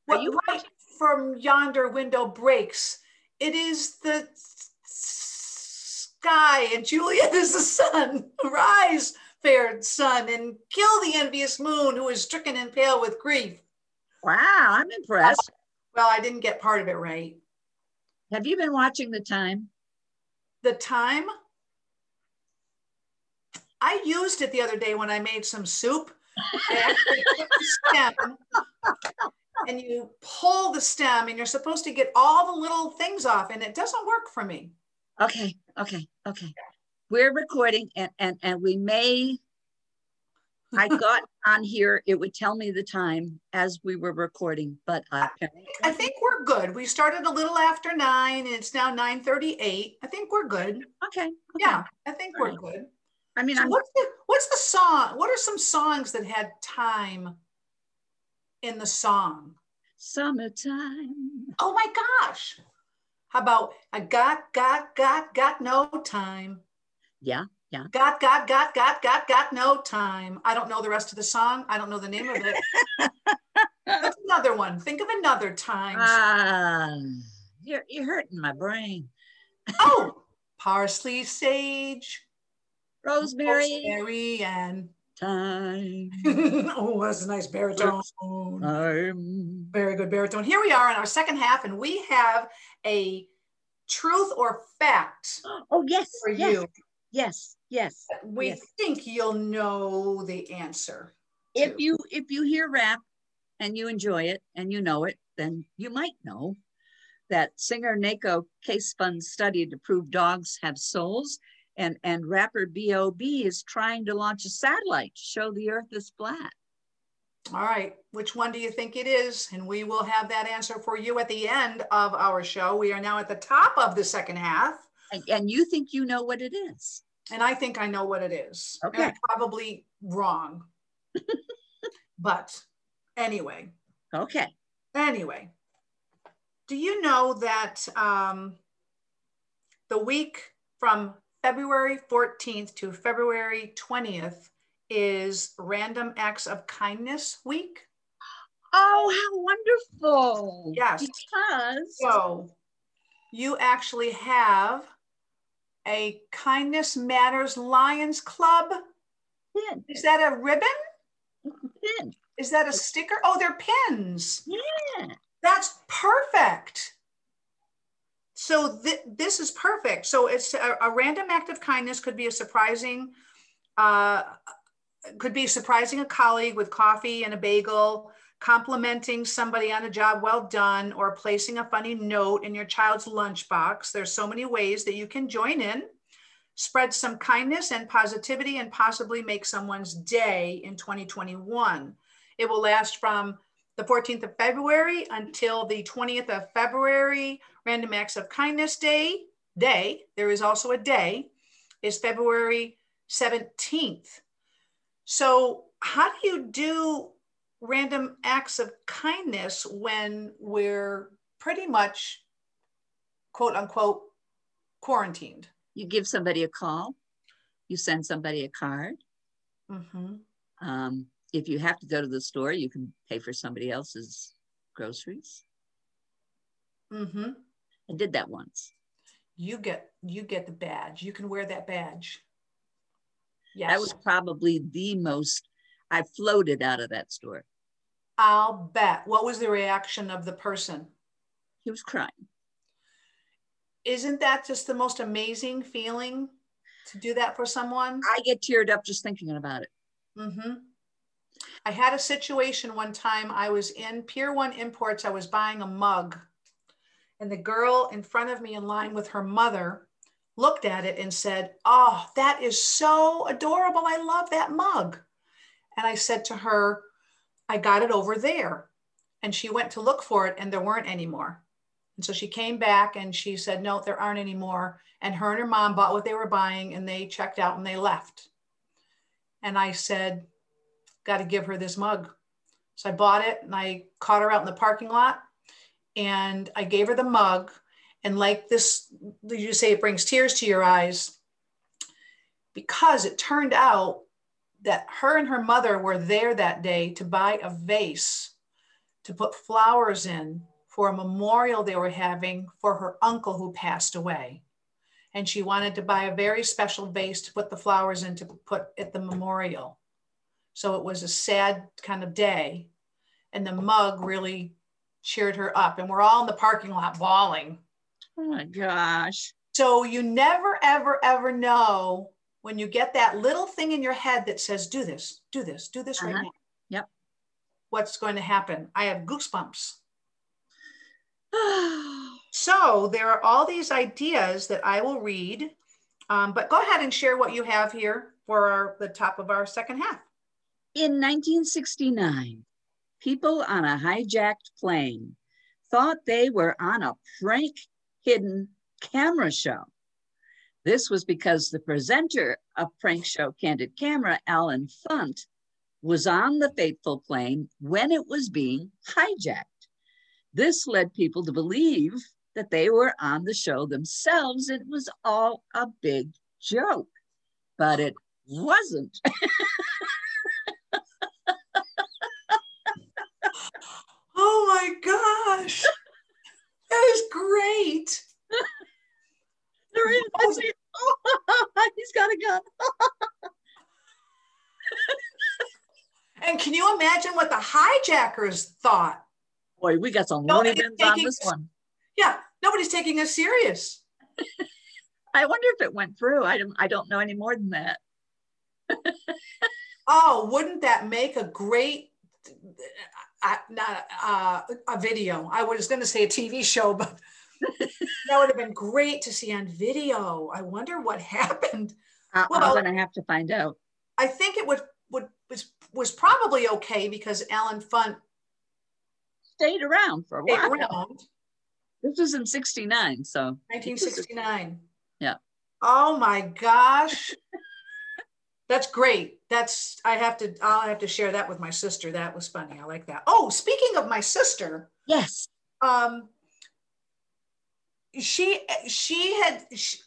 B: Are
C: What
B: you
C: light from yonder window breaks? It is the s- s- sky, and Juliet is the sun. Rise, fair sun, and kill the envious moon who is stricken and pale with grief.
B: Wow, I'm impressed.
C: Well, I didn't get part of it right.
B: Have you been watching the time?
C: The time I used it the other day when I made some soup. I actually took the stem and you pull the stem, and you're supposed to get all the little things off, and it doesn't work for me.
B: Okay, okay, okay. We're recording and and and we may I got on here, it would tell me the time as we were recording, but uh,
C: I think we're good. We started a little after nine, and it's now nine thirty-eight. I think we're good.
B: okay, okay.
C: Yeah, I think we're
B: Alright.
C: good.
B: I mean,
C: So
B: I'm
C: what's the what's the song? What are some songs that had time in the song?
B: summertime.
C: Oh my gosh! How about I got got got got no time?
B: Yeah,
C: Got got got got got got no time. I don't know the rest of the song. I don't know the name of it. That's another one. Think of another time.
B: Ah, you're, you're hurting my brain.
C: oh, parsley, sage,
B: Rosemary,
C: rosemary, and
B: time.
C: oh, that's a nice baritone.
B: time.
C: Very good baritone. Here we are in our second half, and we have a truth or fact
B: Oh, yes.
C: for
B: yes,
C: you.
B: Yes, yes.
C: We
B: Yes.
C: think you'll know the answer.
B: If
C: to.
B: you if you hear rap and you enjoy it and you know it, then you might know that singer Naco Case Fund study to prove dogs have souls. And, and rapper B.O.B. is trying to launch a satellite to show the earth is flat.
C: All right, which one do you think it is? And we will have that answer for you at the end of our show. We are now at the top of the second half,
B: And, and you think you know what it is.
C: and I think I know what it is. And
B: Okay.
C: I'm probably wrong. but anyway,
B: Okay.
C: anyway, do you know that um, the week from February 14th to February 20th is Random Acts of Kindness Week?
B: Oh, how wonderful.
C: Yes.
B: Because
C: So you actually have a Kindness Matters Lions Club.
B: pin,
C: Is that a ribbon?
B: pin,
C: Is that a sticker? Oh, they're pins.
B: yeah.
C: That's perfect. So thi- this is perfect. So it's a, a random act of kindness could be a surprising, uh, could be surprising a colleague with coffee and a bagel, complimenting somebody on a job well done, or placing a funny note in your child's lunchbox. There's so many ways that you can join in, spread some kindness and positivity, and possibly make someone's day in 2021. It will last from the 14th of February until the 20th of February, Random Acts of Kindness Day. Day, there is also a day, is February 17th. So, how do you do random acts of kindness when we're pretty much quote unquote quarantined?
B: You give somebody a call, you send somebody a card.
C: Mm-hmm.
B: Um, if you have to go to the store, you can pay for somebody else's groceries.
C: Mm-hmm.
B: I did that once.
C: You get you get the badge. You can wear that badge. Yes.
B: That was probably the most I floated out of that store.
C: I'll bet. What was the reaction of the person?
B: He was crying.
C: Isn't that just the most amazing feeling to do that for someone?
B: I get teared up just thinking about it.
C: Mm-hmm. I had a situation one time. I was in Pier One Imports. I was buying a mug, and the girl in front of me in line with her mother looked at it and said, "Oh, that is so adorable. I love that mug." And I said to her, "I got it over there," and she went to look for it, and there weren't any more. And so she came back and she said, "No, there aren't any more." And her and her mom bought what they were buying, and they checked out and they left. And I said, got to give her this mug. So I bought it and I caught her out in the parking lot and I gave her the mug. And like this, you say it brings tears to your eyes because it turned out that her and her mother were there that day to buy a vase to put flowers in for a memorial they were having for her uncle who passed away. And she wanted to buy a very special vase to put the flowers in to put at the memorial. So it was a sad kind of day. And the mug really cheered her up. And we're all in the parking lot bawling.
B: Oh my gosh.
C: So you never, ever, ever know when you get that little thing in your head that says, do this, do this, do this
B: Uh-huh.
C: right now.
B: Yep.
C: What's going to happen? I have goosebumps. So there are all these ideas that I will read. Um, but go ahead and share what you have here for our, the top of our second half.
B: In 1969, people on a hijacked plane thought they were on a prank hidden camera show. This was because the presenter of prank show Candid Camera, Alan Funt, was on the fateful plane when it was being hijacked. This led people to believe that they were on the show themselves. It was all a big joke, but it wasn't.
C: Oh my gosh. That is great.
B: There is. I
C: Oh.
B: see. He's got a gun.
C: And can you imagine what the hijackers thought?
B: Boy, we got some
C: No,
B: loony
C: he's
B: bins on
C: taking-
B: this one.
C: Yeah, nobody's taking us serious.
B: I wonder if it went through. I don't. I don't know any more than that.
C: Oh, wouldn't that make a great uh, not uh, a video? I was going to say a TV show, but that would have been great to see on video. I wonder what happened.
B: I,
C: Uh, Well-
B: I'm gonna have to find out.
C: I think it would would was was probably okay because Alan Funt
B: Stayed around for a
C: stayed
B: while.
C: around.
B: This was in '69, so
C: 1969.
B: Yeah.
C: Oh my gosh. That's great. That's I have to I'll have to share that with my sister. That was funny. I like that. Oh, speaking of my sister,
B: yes,
C: um she she had she,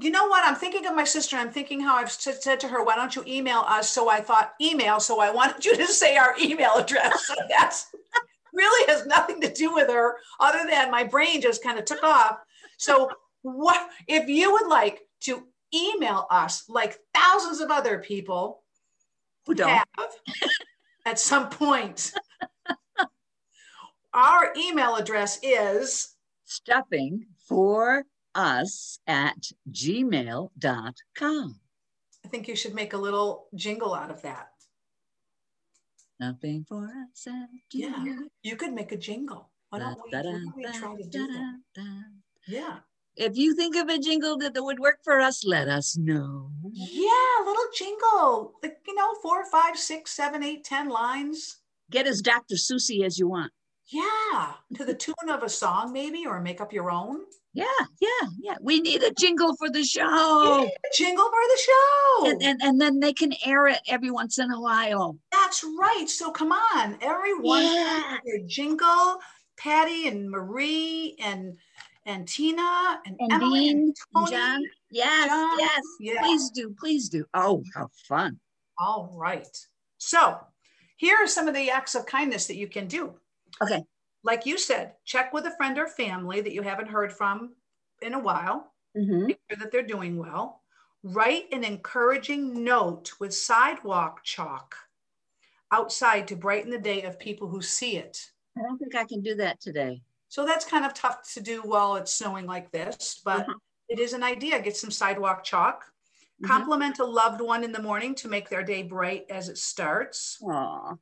C: you know what? I'm thinking of my sister. I'm thinking how I've s- said to her, "Why don't you email us?" So I thought email. So I wanted you to say our email address. So that's really has nothing to do with her, other than my brain just kind of took off. So what if you would like to email us, like thousands of other people
B: who don't?
C: have at some point? Our email address is
B: Stuffing for us at gmail.com.
C: I think you should make a little jingle out of that.
B: Nothing for us at
C: Yeah.
B: gmail.
C: You could make a jingle. Why don't we, why don't we try to do that? Yeah.
B: If you think of a jingle that that would work for us, let us know.
C: Yeah, a little jingle. Like, you know, four, five, six, seven, eight, ten lines.
B: Get as Dr. Susie as you want.
C: Yeah. To the tune of a song, maybe, or make up your own.
B: Yeah, yeah, yeah. We need a jingle for the show.
C: Jingle for the show.
B: And, and, and then they can air it every once in a while.
C: That's right. So come on, everyone,
B: Yeah.
C: your jingle, Patty and Marie and and Tina and,
B: And
C: Emily
B: Dean, and
C: Tony.
B: John. Yes,
C: John,
B: yes.
C: yeah.
B: Please do, please do. Oh, how fun.
C: All right. So here are some of the acts of kindness that you can do.
B: Okay.
C: like you said, check with a friend or family that you haven't heard from in a while,
B: Mhm.
C: make sure that they're doing well. Write an encouraging note with sidewalk chalk outside to brighten the day of people who see it.
B: I don't think I can do that today.
C: So that's kind of tough to do while it's snowing like this, but
B: Mhm.
C: it is an idea. Get some sidewalk chalk.
B: Mhm.
C: Compliment a loved one in the morning to make their day bright as it starts.
B: Mm-hmm. Aw.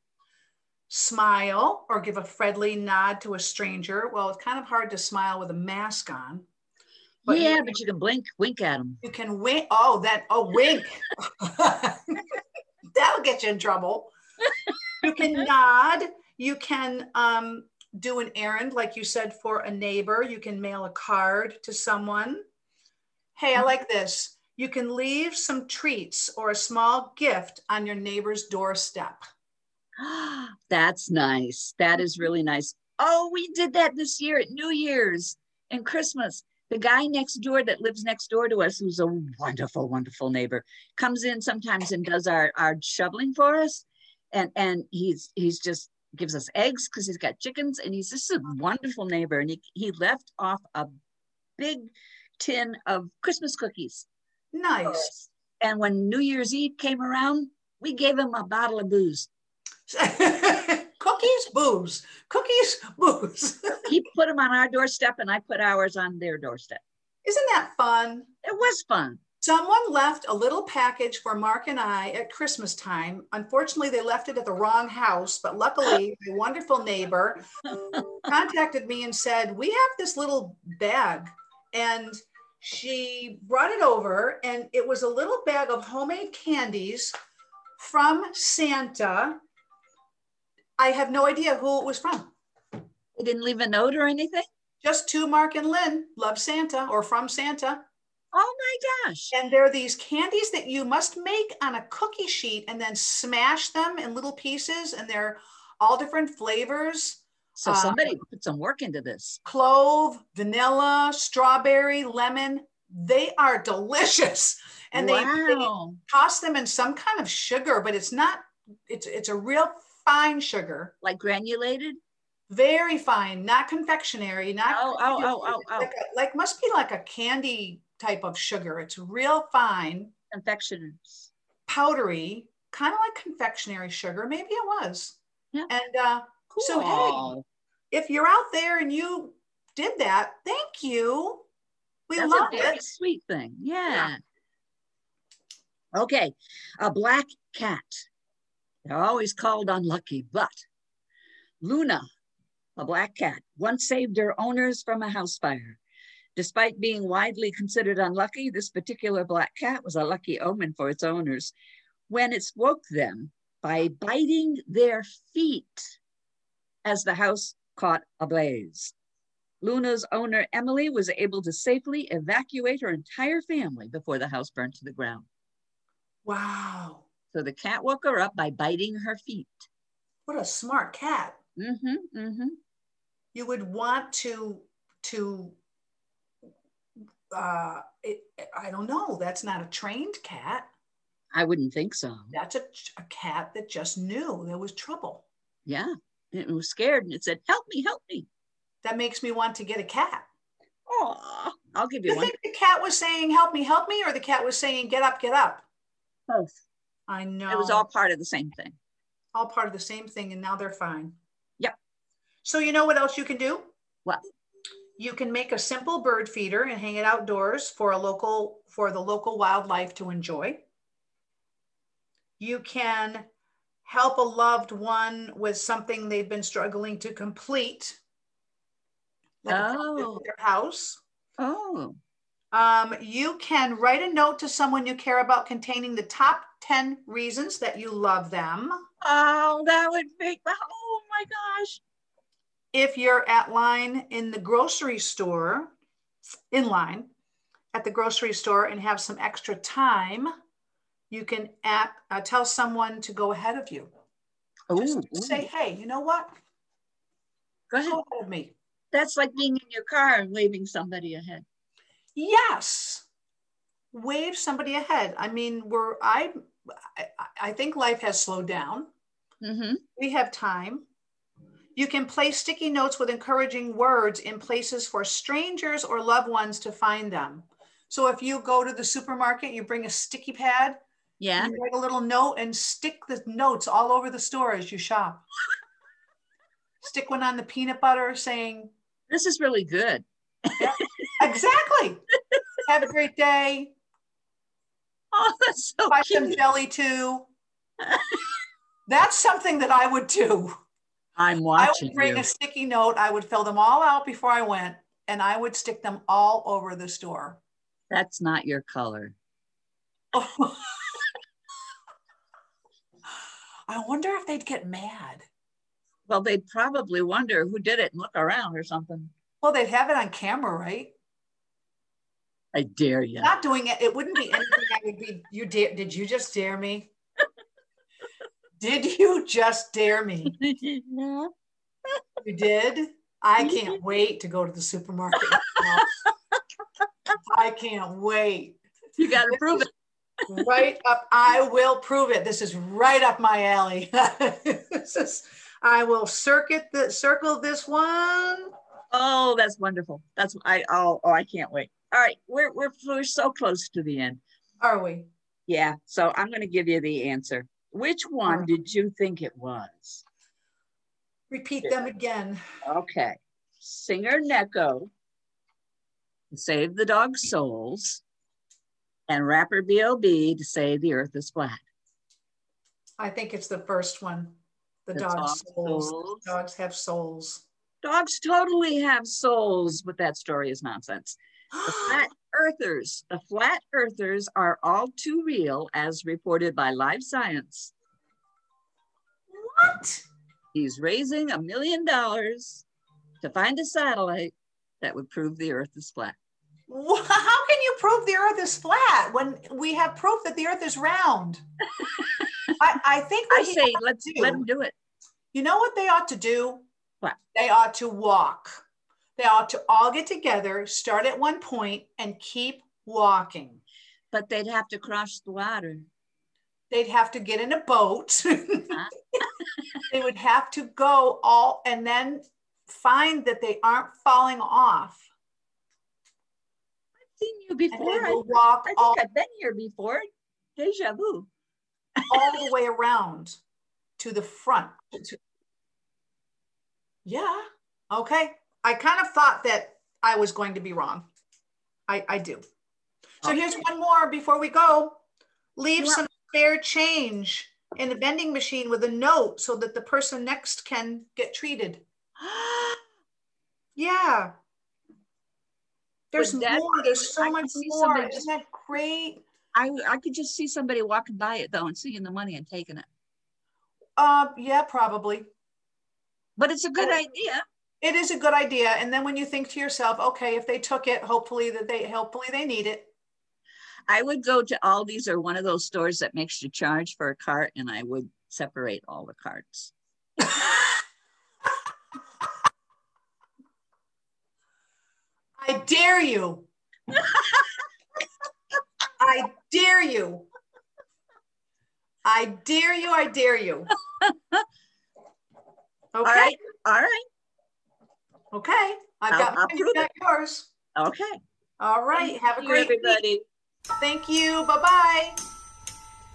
C: Smile or give a friendly nod to a stranger. Well, it's kind of hard to smile with a mask on. But you-
B: yeah, but you can blink, wink at them.
C: You can wink. Oh, that a wink. That'll get you in trouble. You can nod. You can um, do an errand, like you said, for a neighbor. You can mail a card to someone. Hey, I like this. You can leave some treats or a small gift on your neighbor's doorstep.
B: That's nice. That is really nice. Oh, we did that this year at New Year's and Christmas. The guy next door that lives next door to us, who's a wonderful, wonderful neighbor, comes in sometimes and does our, our shoveling for us. And and he's he's just gives us eggs because he's got chickens and he's just a wonderful neighbor. And he, he left off a big tin of Christmas cookies. for
C: Nice.
B: us. And when New Year's Eve came around, we gave him a bottle of booze.
C: Cookies, booze. Cookies, booze.
B: he put them on our doorstep and I put ours on their doorstep.
C: Isn't that fun?
B: It was fun.
C: Someone left a little package for Mark and I at Christmas time. Unfortunately, they left it at the wrong house, but luckily, my wonderful neighbor contacted me and said, We have this little bag. And she brought it over, and it was a little bag of homemade candies from Santa. I have no idea who it was from.
B: They didn't leave a note or anything.
C: Just to Mark and Lynn, love Santa or from Santa.
B: Oh my gosh.
C: And they're these candies that you must make on a cookie sheet and then smash them in little pieces. And they're all different flavors
B: So
C: Uh,
B: somebody put some work into this.
C: clove, vanilla, strawberry, lemon. They are delicious. And they, they
B: wow.
C: toss them in some kind of sugar, but it's not, it's, it's a real fine sugar,
B: like granulated.
C: very fine, not confectionery, not
B: Oh, oh, oh, oh, oh.
C: Like, a- like must be like a candy type of sugar. It's real fine.
B: Confectioners.
C: powdery, kind of like confectionery sugar. Maybe it was.
B: Yeah.
C: And uh,
B: Cool.
C: So, hey. if you're out there and you did that, thank you. We
B: That's
C: love
B: a very
C: it.
B: sweet thing. Yeah. Okay. A black cat. They're always called unlucky, but Luna, a black cat, once saved her owners from a house fire. Despite being widely considered unlucky, this particular black cat was a lucky omen for its owners when it woke them by biting their feet as the house caught ablaze. Luna's owner, Emily, was able to safely evacuate her entire family before the house burned to the ground.
C: Wow.
B: So the cat woke her up by biting her feet.
C: What a smart cat.
B: Mm-hmm, mm-hmm.
C: You would want to, to, uh, it, I don't know. That's not a trained cat.
B: I wouldn't think so.
C: That's a, a cat that just knew there was trouble.
B: Yeah. It was scared and it said, help me, help me.
C: That makes me want to get a cat.
B: Oh, I'll give
C: Do
B: you
C: you
B: one.
C: think the cat was saying, help me, help me? Or the cat was saying, get up, get up?
B: Both.
C: I know.
B: It was all part of the same thing.
C: all part of the same thing and now they're fine.
B: Yep.
C: So you know what else you can do?
B: What?
C: You can make a simple bird feeder and hang it outdoors for a local for the local wildlife to enjoy. You can help a loved one with something they've been struggling to complete. Like a project
B: Oh.
C: in their house.
B: Oh,
C: Um, you can write a note to someone you care about containing the top 10 reasons that you love them.
B: oh, that would make my, oh my gosh.
C: if you're at line in the grocery store, in line at the grocery store and have some extra time, you can app, uh, tell someone to go ahead of you. Just
B: Oh,
C: say, hey, you know what?
B: go ahead.
C: Go ahead of me.
B: That's like being in your car and waving somebody ahead.
C: Yes. Wave somebody ahead. I mean, we're, I, I, I think life has slowed down.
B: Mm-hmm.
C: We have time. You can place sticky notes with encouraging words in places for strangers or loved ones to find them. So if you go to the supermarket, you bring a sticky pad,
B: Yeah.
C: you write a little note and stick the notes all over the store as you shop. stick one on the peanut butter saying,
B: This is really good.
C: exactly, have a great day,
B: Oh, that's so
C: buy some
B: cute.
C: jelly too. That's something that I would do.
B: I'm
C: I
B: watching
C: would bring
B: you.
C: a sticky note. I would fill them all out before I went, and I would stick them all over the store.
B: That's not your color.
C: I wonder if they'd get mad.
B: Well, they'd probably wonder who did it and look around or something.
C: Well, they'd have it on camera, right?
B: I dare you.
C: Not doing it. It wouldn't be anything. I would be. You dare? Did you just dare me? did you just dare me?
B: Yeah.
C: You did. I can't wait to go to the supermarket. I can't wait.
B: You got to prove it.
C: right up. I will prove it. This is right up my alley. this is, I will circuit the circle this one.
B: Oh, that's wonderful. That's I. Oh, oh, I can't wait. All right, we're we're we're so close to the end.
C: Are we?
B: Yeah. So I'm going to give you the answer. Which one
C: Sure.
B: did you think it was?
C: Repeat them again.
B: Okay. Singer Neko, Save the Dog Souls, and rapper B.O.B. to say the earth is flat.
C: I think it's the first one. The
B: The
C: dog's
B: dog
C: souls.
B: souls.
C: Dogs have souls.
B: Dogs totally have souls, but that story is nonsense. The flat earthers, the flat earthers are all too real as reported by Live Science.
C: what?
B: He's raising a million dollars to find a satellite that would prove the earth is flat.
C: Wha- How can you prove the earth is flat when we have proof that the earth is round? I, I think what
B: I
C: he
B: say
C: ought to
B: let's
C: do-
B: let him do it.
C: You know what they ought to do?
B: What?
C: They ought to walk. They ought to all get together, start at one point, and keep walking.
B: But they'd have to cross the water.
C: They'd have to get in a boat.
B: Uh-huh.
C: they would have to go all and then find that they aren't falling off.
B: seen you
C: And
B: before.
C: they
B: I,
C: will walk
B: I think
C: all,
B: I've been here before. Deja vu.
C: all the way around to the front. to- yeah. Okay. I kind of thought that I was going to be wrong. I, I do. So here's one more before we go. Leave
B: Yeah.
C: some spare change in the vending machine with a note so that the person next can get treated. Yeah. There's
B: Would that-
C: more. There's so
B: I
C: much
B: see
C: more.
B: somebody-
C: Isn't that great?
B: I, I could just see somebody walking by it though and seeing the money and taking it.
C: Uh, yeah, probably.
B: But it's a good
C: Oh.
B: idea.
C: It is a good idea. And then when you think to yourself, okay, if they took it, hopefully that they hopefully they need it.
B: I would go to Aldi's or one of those stores that makes you charge for a cart and I would separate all the carts.
C: I dare you. I dare you. I dare you. I dare you. Okay.
B: All right. All right.
C: Okay. I've
B: I'll-
C: got,
B: I'll
C: mine,
B: prove
C: you've got yours.
B: Okay.
C: All right. Have a
B: Thank you,
C: great week.
B: everybody.
C: Thank you. Bye bye.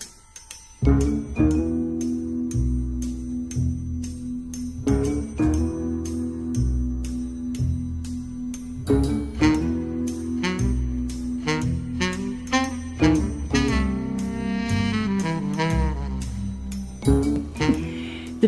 A: The